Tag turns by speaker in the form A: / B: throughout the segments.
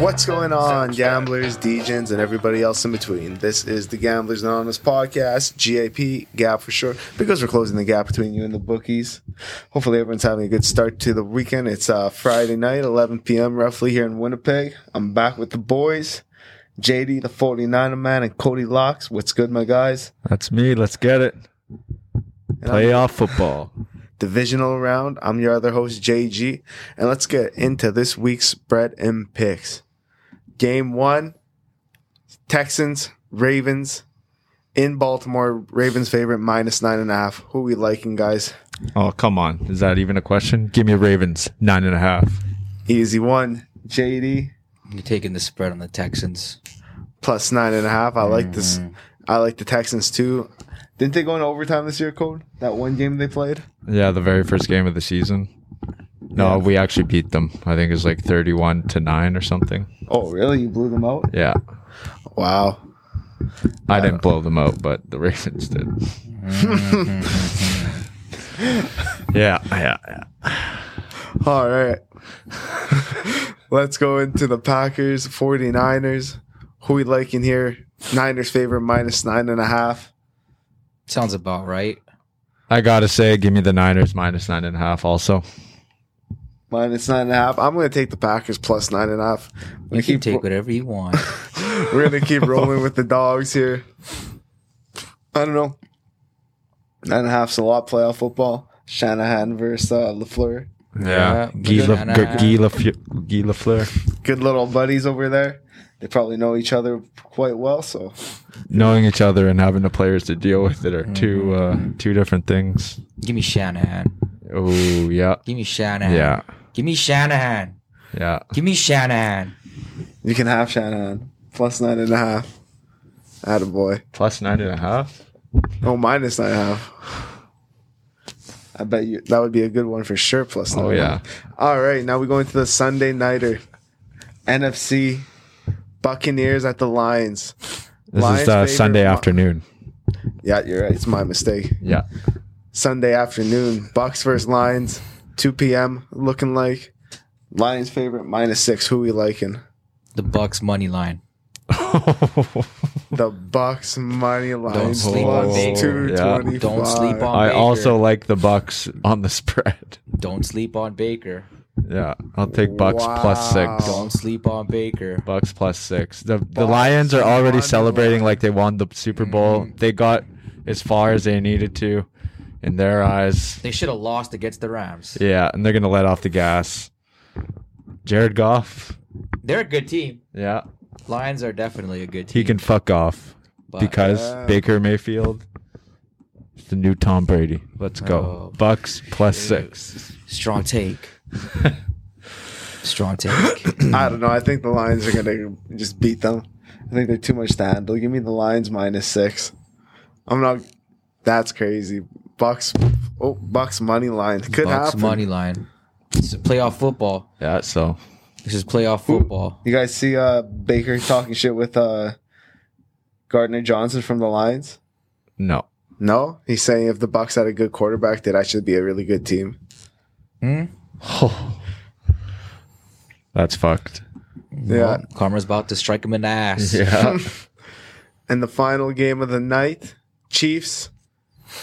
A: What's going on, gamblers, degens, and everybody else in between? This is the Gamblers Anonymous podcast, GAP, GAP for short, because we're closing the gap between you and the bookies. Hopefully, everyone's having a good start to the weekend. It's uh, Friday night, 11 p.m. roughly here in Winnipeg. I'm back with the boys, JD, the 49er man, and Cody Locks. What's good, my guys?
B: That's me. Let's get it. Playoff football.
A: divisional round. I'm your other host, JG, and let's get into this week's spread and picks. Game one Texans, Ravens in Baltimore. Ravens favorite, minus nine and a half. Who we liking, guys?
B: Oh, come on. Is that even a question? Give me Ravens, nine and a half.
A: Easy one. JD,
C: You're taking the spread on the Texans.
A: plus nine and a half. I like this. I like the Texans too. Didn't they go into overtime this year, Code? That one game they played?
B: Yeah, the very first game of the season. No, we actually beat them. I think it was like 31 to 9 or something.
A: Oh, really? You blew them out?
B: Yeah.
A: Wow.
B: I didn't blow them out, but the Ravens did. yeah, yeah, yeah.
A: All right. Let's go into the Packers, 49ers. Who we like in here? Niners favorite minus nine and a half.
C: Sounds about right.
B: I gotta say, give me the Niners minus nine and a half also.
A: Minus nine and a half. I'm gonna take the Packers plus nine and a half. We
C: You can
A: keep
C: take whatever you want.
A: we're gonna keep rolling with the dogs here. I don't know. Nine and a half's a lot playoff football. Shanahan versus uh, LaFleur.
C: Yeah,
B: Guy
C: nine and a half.
B: Lafleur.
A: Good little buddies over there. They probably know each other quite well, so
B: Knowing each other and having the players to deal with it are
A: Mm-hmm.
B: two uh, two different things.
C: Give me Shanahan.
B: Oh yeah,
C: Give me Shanahan.
B: yeah,
C: Give me Shanahan.
B: yeah.
C: Give me Shanahan.
A: you can have Shanahan. Plus nine and a half. Attaboy.
B: Plus nine and a half.
A: Oh, minus nine and a half. I bet you that would be a good one for sure. Plus,
B: Oh
A: nine.
B: yeah.
A: All right, now we go into the Sunday nighter, NFC Buccaneers at the Lions.
B: This
A: Lions
B: is uh,
A: favorite
B: Sunday
A: mo-
B: afternoon.
A: Yeah, you're right. It's my mistake.
B: Yeah.
A: Sunday afternoon, Bucks versus Lions, 2 p.m. Looking like Lions favorite minus six. Who we liking?
C: The Bucks money line.
A: The Bucks money line
C: sleep on
A: plus
C: Baker.
B: Yeah.
A: 225.
C: Don't sleep on-
B: I
C: Baker.
B: also like the Bucks on the spread.
C: Don't sleep on Baker.
B: Yeah, I'll take Bucks plus six.
A: Wow.
C: Don't sleep on Baker.
B: Bucks plus six. The the Lions are already celebrating like they won the Super Bowl. They got as far as they needed to, in their eyes.
C: They should have lost against the Rams.
B: Yeah, and they're gonna let off the gas. Jared Goff.
C: They're a good team.
B: Yeah,
C: Lions are definitely a good team.
B: he can fuck off
C: but- uh,
B: because
A: Yeah.
B: Baker Mayfield. is The new Tom Brady. Let's go.
C: Oh,
B: Bucks plus six.
C: strong take. strong take.
A: I don't know. I think the Lions are going to just beat them. I think they're too much to handle. Give me the Lions minus six. I'm not. That's crazy. Bucks. Oh, Bucks money line could
C: Bucks
A: happen.
C: money line. This is playoff football.
B: Yeah, so
C: This is playoff football.
A: You guys see uh, Baker talking shit with uh, Gardner Johnson from the Lions?
B: no.
A: No, he's saying if the Bucks had a good quarterback, that I should be a really good team.
C: Hmm?
B: That's fucked.
A: Yeah.
C: Well, karma's about to strike him in the ass.
B: Yeah.
A: And the final game of the night, Chiefs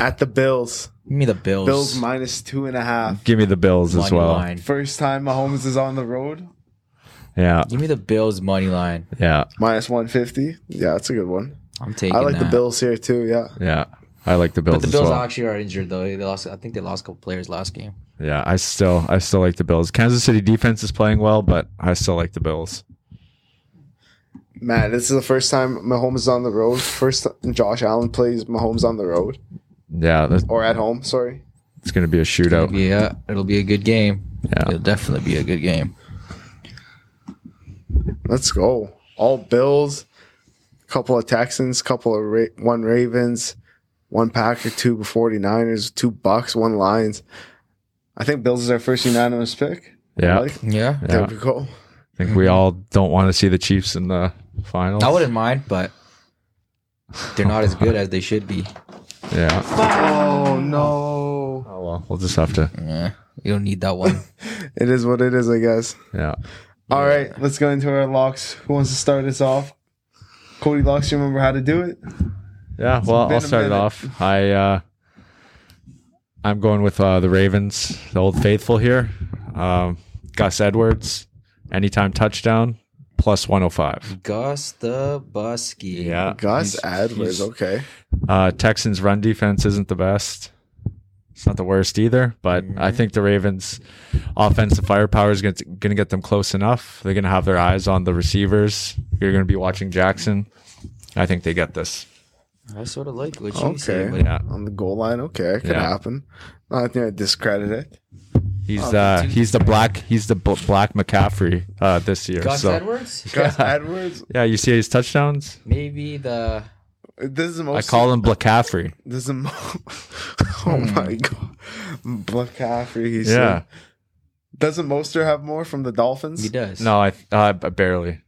A: at the Bills.
C: Give me the Bills.
A: Bills minus two and a half.
B: Give me the Bills as
C: money
B: well.
C: line.
A: First time Mahomes is on the road.
B: Yeah.
C: Give me the Bills money line.
B: Yeah.
A: Minus 150. Yeah, that's a good one.
C: I'm taking.
A: I like the
C: that.
A: Bills here too. Yeah.
B: Yeah. I like the Bills
C: But the
B: as
C: Bills
B: well.
C: actually are injured though. They lost. I think they lost a couple players last game.
B: Yeah, I still I still like the Bills. Kansas City defense is playing well, but I still like the Bills.
A: Man, this is the first time Mahomes is on the road. First time Josh Allen plays Mahomes on the road
B: Yeah, that's,
A: or at home. Sorry.
B: it's going to be a shootout.
C: Yeah, it'll be a good game.
B: Yeah.
C: It'll definitely be a good game.
A: Let's go. All Bills, couple of Texans, couple of Ra- one Ravens, one Packer, two 49ers, two Bucks, one Lions. I think Bills is our first unanimous pick.
B: Yeah.
A: I like-
C: Yeah,
A: There
B: Yeah.
A: we go.
B: I think we all don't want to see the Chiefs in the finals.
C: I wouldn't mind, but they're not as good as they should be.
B: Yeah.
A: Oh no.
B: Oh well, we'll just have to.
C: Yeah, you don't need that one.
A: It is what it is, I guess.
B: Yeah.
A: All right, let's go into our locks. Who wants to start us off? Cody Locks, you remember how to do it?
B: Yeah, well,
A: been
B: I'll
A: a
B: start it
A: minute.
B: off. I uh, I'm going with uh, the Ravens, the old faithful here. Um, Gus Edwards, anytime touchdown, plus 105.
C: Gus the Busky.
B: Yeah,
A: Gus
B: He's-
A: Adler's
B: he's-
A: okay.
B: Uh, Texans' run defense isn't the best. It's not the worst either, but I think the Ravens' offensive firepower is going to get them close enough. They're going to have their eyes on the receivers. You're going to be watching Jackson. I think they get this.
C: I sort of like what you
A: Okay.
C: said. but
B: Yeah,
A: On the goal line, okay, it could
B: Yeah.
A: happen. I think I discredit it.
B: he's
C: Oh,
B: uh,
C: dude.
B: he's the black he's the bl- black McCaffrey uh, this year.
C: Gus
B: so
C: Edwards?
A: Gus
B: Yeah.
A: Edwards,
B: yeah, you see his touchdowns.
C: Maybe the
A: this is the
B: I
A: most.
B: call him McCaffrey.
A: This is the mo- oh my god, McCaffrey. He
B: Yeah,
A: said. Doesn't Moster have more from the
C: he
A: Dolphins?
C: does.
B: no, I uh, b- barely.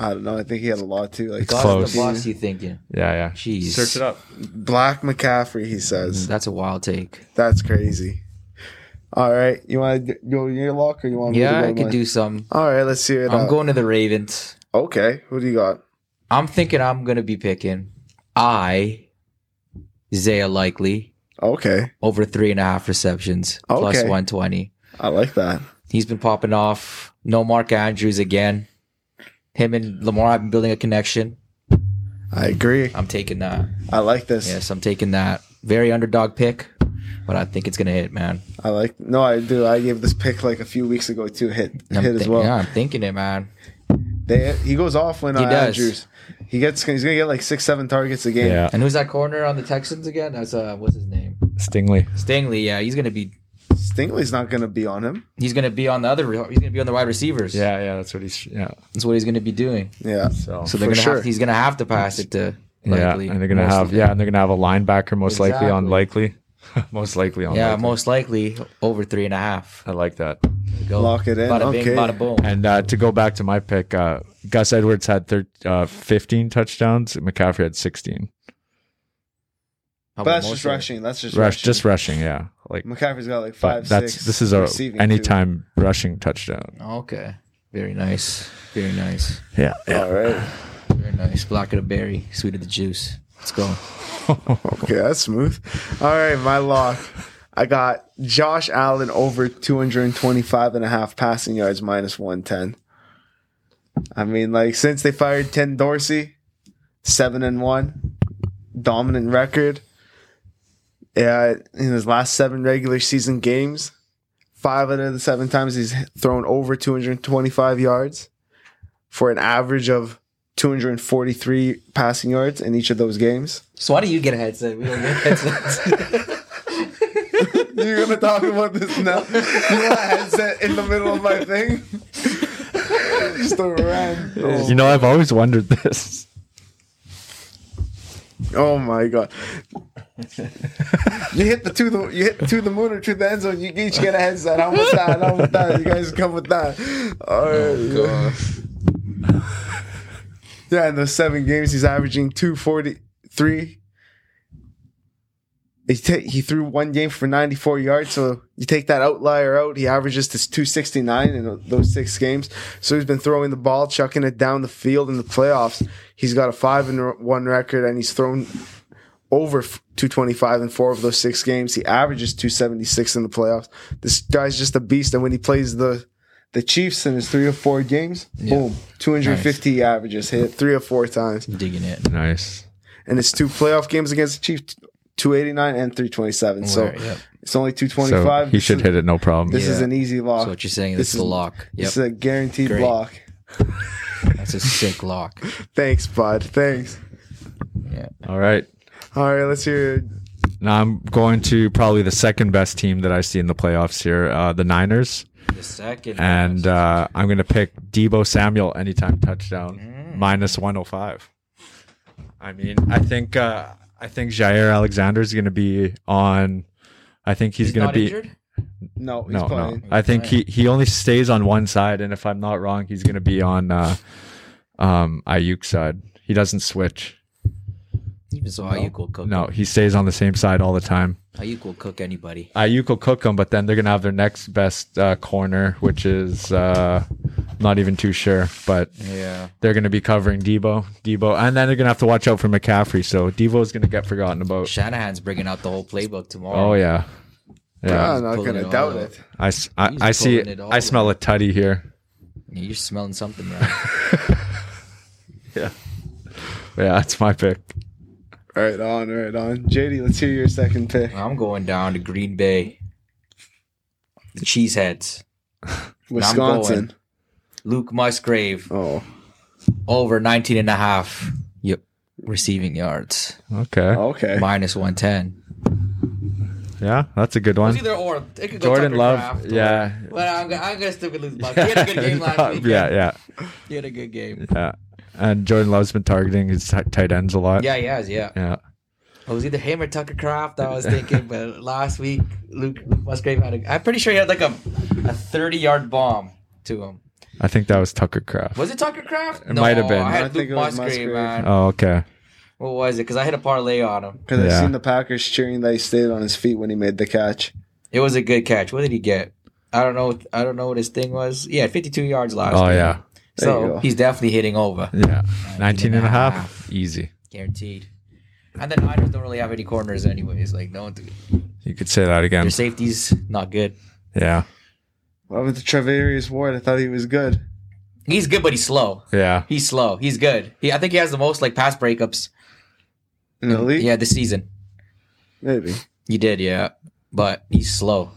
A: I don't know. I think he had a lot too. Like
C: Gus
B: Close.
C: the Busky thinking.
B: Yeah, yeah.
C: Jeez.
B: Search it up.
A: Black McCaffrey. He says.
C: That's a wild take.
B: Hmm.
A: That's crazy. All right, you want to go to your lock or you want? me to
C: Yeah,
A: go
C: I
A: to
C: could
A: mine?
C: do some.
A: All right, let's hear it.
C: I'm
A: out.
C: going to the Ravens.
A: Okay, who do you got?
C: I'm thinking I'm gonna be picking I Zaya likely
A: Okay,
C: over three and a half receptions plus
A: Okay.
C: one twenty.
A: I like that.
C: He's been popping off. No Mark Andrews again. Him and Lamar have been building a connection.
A: I agree.
C: I'm taking that.
A: I like this.
C: Yes, I'm taking that. Very underdog pick, but I think it's gonna hit, man.
A: I like. No, I do. I gave this pick like a few weeks ago too. Hit
C: I'm
A: hit as
C: think-
A: well.
C: Yeah, I'm thinking it, man.
A: They, he goes off when
C: He
A: uh,
C: does.
A: Andrews. He gets. He's gonna get like six, seven targets a game.
B: Yeah,
C: And who's that corner on the Texans again? That's uh, what's his name?
B: Stingley.
C: Stingley. Yeah, he's gonna be.
A: Stingley's not gonna be on him.
C: He's gonna be on the other. He's gonna be on the wide receivers.
B: Yeah, yeah. That's what he's. Yeah.
C: that's what he's gonna be doing.
A: Yeah.
B: So.
C: So they're
A: For
C: gonna
A: sure.
C: have, he's gonna have to pass it to
B: Yeah,
C: likely.
B: and they're gonna
C: most
B: have
C: likely.
B: yeah, and they're gonna have a linebacker most likely on
C: Exactly.
B: likely, most likely on
C: yeah
B: likely.
C: most likely over three and a half.
B: I like that.
C: Go.
A: Lock it in,
C: Bada bing,
A: okay.
C: bada boom.
B: And uh, to go back to my pick, uh, Gus Edwards had thir- uh, 15 touchdowns. and McCaffrey had 16.
A: But
C: How about
A: that's just
C: Mostert?
A: rushing. That's just
B: Rush,
A: rushing.
B: just rushing, yeah. Like
A: McCaffrey's got like
B: but
A: five,
B: that's
A: six.
B: this is a
A: receiving,
B: anytime rushing touchdown.
C: Okay. Very nice. Very nice.
B: Yeah,
A: too. All right.
C: Very nice. Block of the berry, sweet of the juice. Let's go.
A: Okay, that's smooth. All right, my lock. I got Josh Allen over 225 and a half passing yards minus 110. I mean, like, since they fired 10 Dorsey, 7 and 1, dominant record. Yeah, in his last seven regular season games, five out of the seven times he's thrown over 225 yards for an average of 243 passing yards in each of those games.
C: So why do you get a headset? We don't get headsets.
A: You're gonna talk about this now? You want a headset in the middle of my thing? Just a
B: you
A: random.
B: know I've always wondered this.
A: Oh my god! You hit the two the you hit to the moon or to the end zone. You each get a headset. I'm with that. I'm with that. You guys come with that. All right. Yeah, in those seven games, he's averaging 243. He, ta- he threw one game for 94 yards, so you take that outlier out. He averages to 269 in tho- those six games. So he's been throwing the ball, chucking it down the field in the playoffs. He's got a 5 and r- 1 record, and he's thrown over f- 225 in four of those six games. He averages 276 in the playoffs. This guy's just a beast, and when he plays the the Chiefs in his three or four games, boom, 250 averages hit three or four times.
C: Digging it.
B: Nice.
A: And it's two playoff games against the Chiefs, 289 and 327. So
C: Where- yep.
A: it's only
B: So
A: 225.
B: he should
A: this
B: hit it no problem.
A: Is, this is
C: Yeah.
A: an easy
C: So
A: lock.
C: what you're saying
A: This
C: is the
A: is-
C: lock. Yep.
A: This is a guaranteed
C: Great.
A: lock.
C: That's a sick lock.
A: Thanks, bud. Thanks.
C: Yeah.
B: All right.
A: All right, let's hear.
B: Now I'm going to probably the second best team that I see in the playoffs here, uh, the Niners.
C: The second.
B: And uh, I'm going to pick Debo Samuel anytime touchdown minus 105. I mean, I think uh, I think Jair Alexander is going to be on. I think he's, going to be
C: not injured?
A: No, he's
B: no, no.
A: playing.
B: I think he,
C: playing.
B: he only stays on one side, and if I'm not wrong, he's going to be on uh, um, Ayuk's side. He doesn't switch.
C: Even so, Ayuk will cook.
B: No, he stays on the same side all the time.
C: Ayuk will cook anybody.
B: Ayuk will cook them, but then they're gonna have their next best uh, corner, which is uh, Not even too sure, but
C: Yeah.
B: they're going to be covering Debo, Debo, and then they're going to have to watch out for McCaffrey. So Debo's going to get forgotten about.
C: Shanahan's bringing out the whole playbook tomorrow.
B: Oh yeah, yeah.
A: I'm not
C: pulling
A: gonna
C: it all
A: doubt
C: out.
A: it.
B: I, s- I-
C: He's
B: I see.
C: pulling it all
B: I smell a tutty here.
C: yeah. You're smelling something, right?
B: Yeah, that's my pick.
A: Right on, right on. JD, let's hear your second pick.
C: I'm going down to Green Bay. The Cheeseheads.
A: Wisconsin.
C: Luke Musgrave
A: Oh,
C: over 19 and a half. Yep. Receiving yards.
B: Okay.
C: Oh.
A: okay.
C: Minus 110.
B: Yeah, that's a good
C: It was
B: one.
C: either or. It could go
B: Jordan
C: Tucker
B: Love.
C: Kraft or-
B: Yeah.
C: But I'm, gonna- I'm going to stick with Luke Musgrave. He had a good game last week.
B: yeah, yeah,
C: He had a good game.
B: yeah. And Jordan Love's been targeting his t- tight ends a lot.
C: Yeah, he has. Yeah.
B: Yeah.
C: It was either him or Tucker Craft. I was thinking, but last week Luke, Luke Musgrave had a. I'm pretty sure he had like a a 30 yard bomb to him.
B: I think that was Tucker Craft.
C: Was it Tucker Craft?
B: It might have been.
C: I
A: I
C: had Luke
A: think it was
C: Musgrave,
A: Musgrave.
C: man.
B: Oh, okay.
C: What was it? Because I had a parlay on him.
A: Because I've
B: Yeah.
A: seen the Packers cheering that he stayed on his feet when he made the catch.
C: It was a good catch. What did he get? I don't know. I don't know what his thing was. Yeah, 52 yards last.
B: Oh
C: week.
B: yeah,
A: There you
C: So
A: go.
C: he's definitely hitting over,
B: yeah. 19 and a
C: and a
B: half, easy.
C: guaranteed. And the Niners don't really have any corners, anyways. Like, don't
B: You could say that again.
C: their safety's not good.
B: Yeah,
A: What happened to Travarius Ward? I thought he was good.
C: He's good, but he's slow.
B: yeah.
C: He's slow. He's good. He, I think he has the most like pass breakups
A: In the league?
C: Mm, Yeah, this season.
A: Maybe.
C: He did, yeah. But he's slow.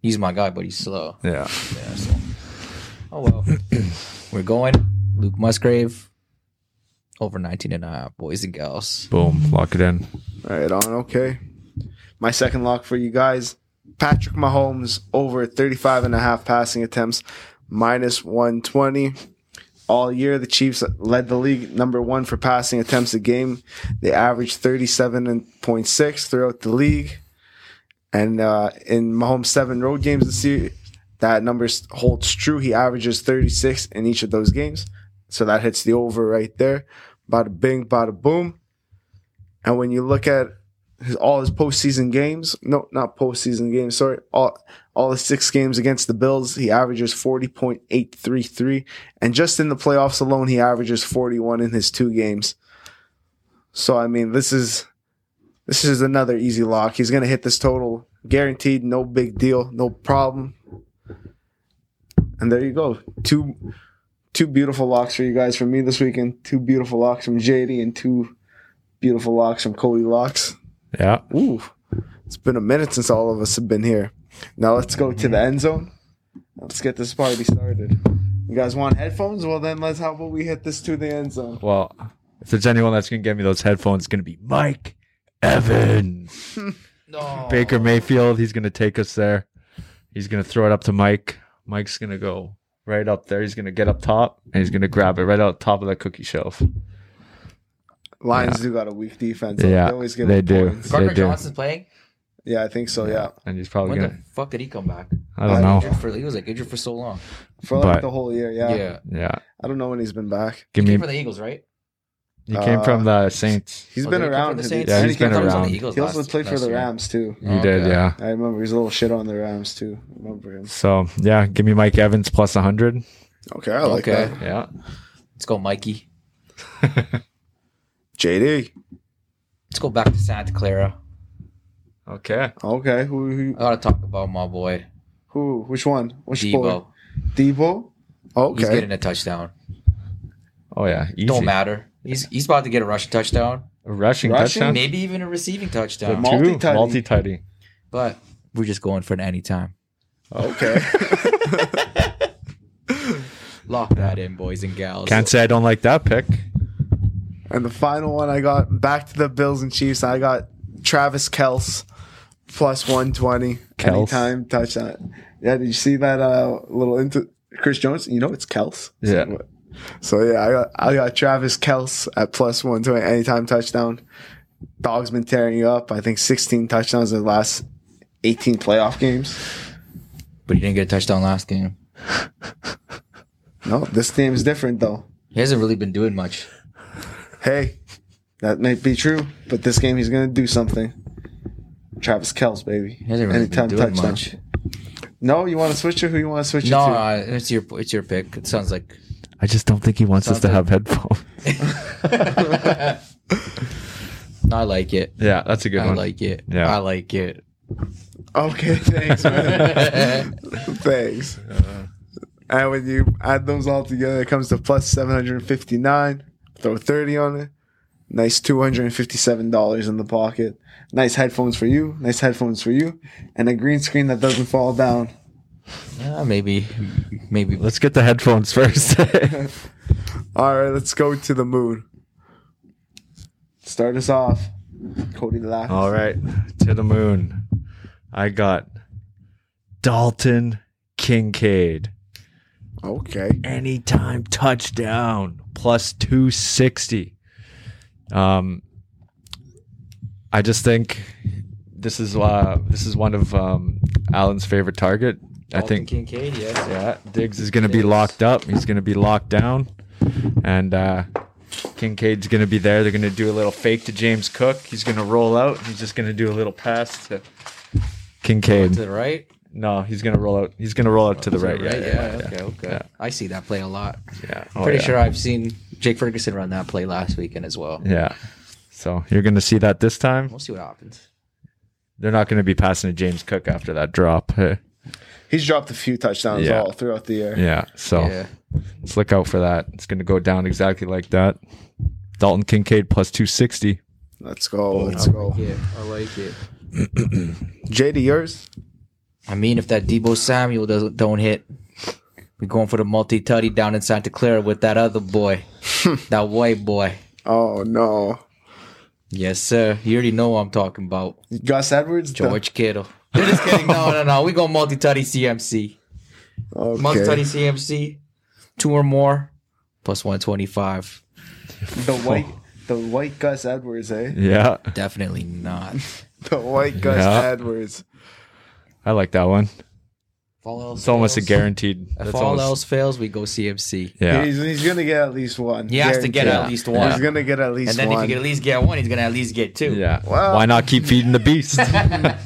C: He's my guy, but he's slow.
B: Yeah.
C: Yeah, so. Oh well. We're going. Luke Musgrave. Over 19 and a half, boys and girls.
B: Boom. Lock it in.
A: Right on. Okay. My second lock for you guys Patrick Mahomes over 35 and a half passing attempts, minus 120. All year, the Chiefs led the league number one for passing attempts a game. They averaged 37.6 throughout the league. And uh, in Mahomes' seven road games this year, that number s- holds true. He averages 36 in each of those games. So that hits the over right there. Bada bing, bada boom. And when you look at his, all his postseason games, no, not postseason games, sorry, all all his six games against the Bills, he averages forty point eight three three, and just in the playoffs alone, he averages forty one in his two games. So I mean, this is this is another easy lock. He's gonna hit this total, guaranteed, no big deal, no problem. And there you go, two two beautiful locks for you guys from me this weekend, two beautiful locks from JD, and two beautiful locks from Cody Locks.
B: Yeah.
A: Ooh, it's been a minute since all of us have been here. Now let's go to the end zone. Let's get this party started. You guys want headphones? Well, then let's how about we hit this to the end zone?
B: Well, if there's anyone that's gonna get me those headphones, it's gonna be Mike Evans,
C: No.
B: Baker Mayfield. He's gonna take us there. He's gonna throw it up to Mike. Mike's gonna go right up there. He's gonna get up top and he's gonna grab it right out top of that cookie shelf.
A: Lions do got a weak defense. so
B: Yeah,
A: they always get
B: they
A: the
B: do.
A: points.
C: Gardner
B: They do. Oh,
C: Johnson's playing?
A: Yeah, I think so. Yeah,
B: And he's probably
C: When
B: gonna.
C: the fuck did he come back?
B: I don't
A: I-
B: know.
C: Injured for, he was like injured for so long.
A: for like
B: But-
A: the whole year. Yeah.
B: Yeah.
A: I don't know when he's been back.
B: Give
C: He
B: me.
C: came from the Eagles, right?
B: He came
A: uh,
B: from the Saints.
A: He's
C: Oh,
A: been
C: did he come
A: around.
C: from the
A: to
C: Saints?
B: Yeah, he's
A: and he
B: been
A: came
C: I
A: from-
C: thought he was on
B: around.
C: the Eagles
A: He also
C: last-
A: played for
C: last
A: the
C: year.
A: Rams too.
B: You did,
C: Okay.
B: yeah.
A: I remember he was a little shit on the Rams too. I remember him.
B: So yeah, give me Mike Evans plus 100.
A: Okay, I like
C: Okay.
A: that.
B: Yeah.
C: Let's go, Mikey.
A: JD.
C: Let's go back to Santa Clara.
B: Okay.
A: Okay, who who,
C: I gotta talk about my boy
A: who which one? Which boy?
C: Debo.
A: Debo. Okay.
C: He's getting a touchdown.
B: Oh yeah. Easy.
C: Don't matter. He's he's about to get a rushing touchdown,
B: A Rushing,
A: Rushing?
B: touchdown.
C: maybe even a receiving
B: The
C: touchdown.
A: Mul-
B: two?
A: Multi-tutty.
B: Multi-tutty.
C: but we're just going for an anytime.
A: Okay.
C: Lock that in, boys and gals.
B: Can't say I don't like that pick.
A: and the final one I got back to the Bills and Chiefs. I got Travis Kels plus 120
B: Kelce.
A: anytime touchdown. Yeah, did you see that uh, little into Chris Jones? You know it's Kels.
B: Yeah.
A: So yeah, I got I got Travis Kels at plus 120 anytime touchdown. Dog's been tearing you up. I think 16 touchdowns in the last 18 playoff games.
C: But he didn't get a touchdown last game.
A: No, this game is different though.
C: He hasn't really been doing much.
A: Hey, that may be true, but this game he's going to do something. Travis Kells, baby.
C: He hasn't really been doing much.
A: No, you want to switch it? Who you want to switch
C: No,
A: it
C: no, it's your it's your pick. It sounds like.
B: I just don't think he wants us to
C: Sounds
B: have headphones.
A: to?
C: I like it.
B: Yeah, that's a good
C: I
B: one.
C: like it.
B: Yeah.
C: I like it.
A: okay, thanks, man. thanks. And when you add those all together, it comes to plus 759. Throw 30 on it. Nice $257 in the pocket. Nice headphones for you. Nice headphones for you. And a green screen that doesn't fall down.
C: Yeah, maybe, maybe.
B: Let's get the headphones first.
A: All right, let's go to the moon. Start us off. Cody Lack.
B: All right, to the moon. I got Dalton Kincaid.
A: Okay.
B: anytime touchdown plus 260 um i just think this is uh this is one of um alan's favorite target i think
C: Kincaid. Yes.
B: yeah diggs is gonna be
C: Diggs.
B: locked up he's gonna be locked down and uh kincaid's gonna be there they're gonna do a little fake to james cook he's gonna roll out he's just gonna do a little pass to
C: To
B: kincaid
C: the right.
B: no he's gonna roll out he's gonna roll out to the right,
C: Yeah.
B: yeah yeah,
C: okay. Okay.
B: yeah.
C: I see that play a lot.
B: yeah. Oh,
C: Pretty
B: yeah.
C: sure I've seen Jake Ferguson run that play last weekend as well.
B: Yeah. So you're going to see that this time.
C: We'll see what happens.
B: They're not going to be passing to James Cook after that drop. Hey.
A: He's dropped a few touchdowns
B: Yeah.
A: all throughout the year.
B: Yeah. So
C: Yeah.
B: let's look out for that. It's going to go down exactly like that. Dalton Kincaid plus 260.
A: Let's go.
B: Oh,
A: Let's
C: I
A: go.
C: like it. I like it.
A: JD, yours?
C: I mean, if that Debo Samuel doesn't don't hit, we're going for the multi tutty down in Santa Clara with that other boy, that white boy.
A: Oh, no.
C: Yes, sir. You already know what I'm talking about.
A: Gus Edwards? The-
C: George Kittle. They're just kidding. No, no, no. We go multi tutty CMC.
A: Okay.
C: Multi tutty CMC. Two or more, plus 125.
A: The white, the white Gus Edwards, eh?
B: Yeah.
C: Definitely not. If
A: The white Gus
B: Yeah.
A: Edwards.
B: I like that one.
C: all else
B: It's almost a
C: fails-
B: guaranteed.
C: If
B: that's
C: all
B: almost-
C: else fails, we go CMC.
B: Yeah.
A: He's, he's gonna get at least one.
C: He has to get
A: Guaranteed.
C: at least
B: Yeah.
A: He's
C: one.
A: gonna get at least
C: And then if
A: one.
C: you can at least get one, he's going to at least get two.
B: Yeah.
A: Well-
B: Why not keep feeding the beast? yeah.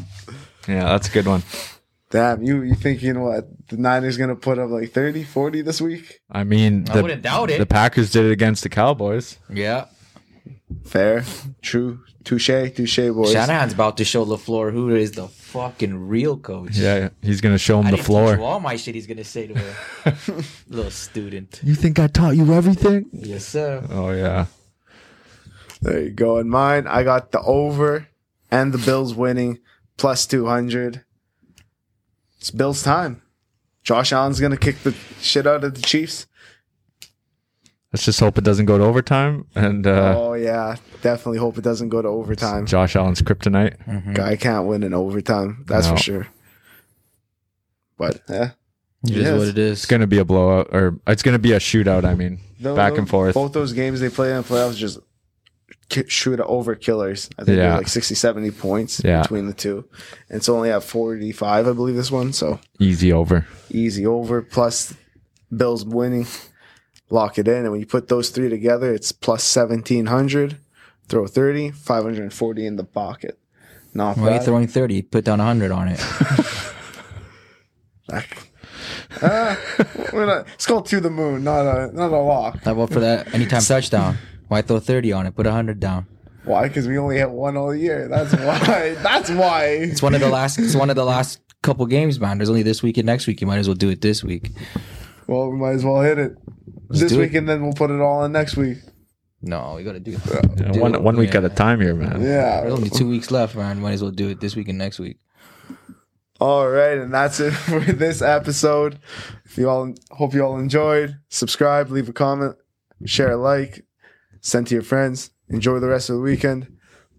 B: That's a good one.
A: Damn, you you thinking what? The Niners gonna put up like 30, 40 this week?
B: I mean,
C: I
B: the-
C: wouldn't doubt it.
B: the Packers did it against the Cowboys.
C: Yeah.
A: Fair, true, touche, touche, boys.
C: Shanahan's about to show LaFleur who is the fucking real coach.
B: Yeah. He's going to show
C: I
B: him the
C: didn't teach you
B: floor.
C: all my shit he's going to say to a little student.
B: You think I taught you everything?
C: Yes, sir.
B: Oh yeah.
A: There you go. In mine, I got the over and the Bills winning plus two hundred. It's Bills time. Josh Allen's gonna kick the shit out of the Chiefs.
B: Let's just hope it doesn't go to overtime and uh,
A: oh yeah, definitely hope it doesn't go to overtime.
B: Josh Allen's kryptonite.
A: Guy can't win in overtime. That's
B: No.
A: for sure. But yeah,
C: It
A: Yes.
C: is what it is.
B: It's going to be a blowout or it's going to be a shootout, I mean.
A: Tho-
B: Back
A: tho-
B: and forth.
A: Both those games they play in the playoffs just ki- shoot over killers. I think they're
B: Yeah.
A: like 60, 70 points
B: Yeah.
A: between the two. And it's only at 45, I believe, this one. So
B: Easy over.
A: easy over. Plus, Bills winning. Lock it in. And when you put those three together, it's plus 1,700. Throw 30, 540 in the pocket. Not
C: Why are you
A: bad.
C: throwing 30? Put down 100 on it.
A: Ah, we're not- it's called to the moon, not a not a lock.
C: How about for that anytime touchdown? Why throw 30 on it? Put 100 down.
A: Why? Because we only hit one all year. That's why. That's why.
C: It's one of the last it's one of the last couple games, man. There's only this week and next week. You might as well do it this week.
A: Well, we might as well hit it this
C: do
A: week,
C: it.
A: and then we'll put it all in next week.
C: No, we got to do it.
B: Yeah,
C: Do it.
B: one one week
C: Yeah.
B: at a time here, man.
A: Yeah.
C: There's only two weeks left, man. Might as well do it this week and next week.
A: All right, and that's it for this episode. If you all hope you all enjoyed, subscribe, leave a comment, share a like, send to your friends. Enjoy the rest of the weekend.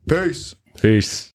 A: Peace.
B: Peace.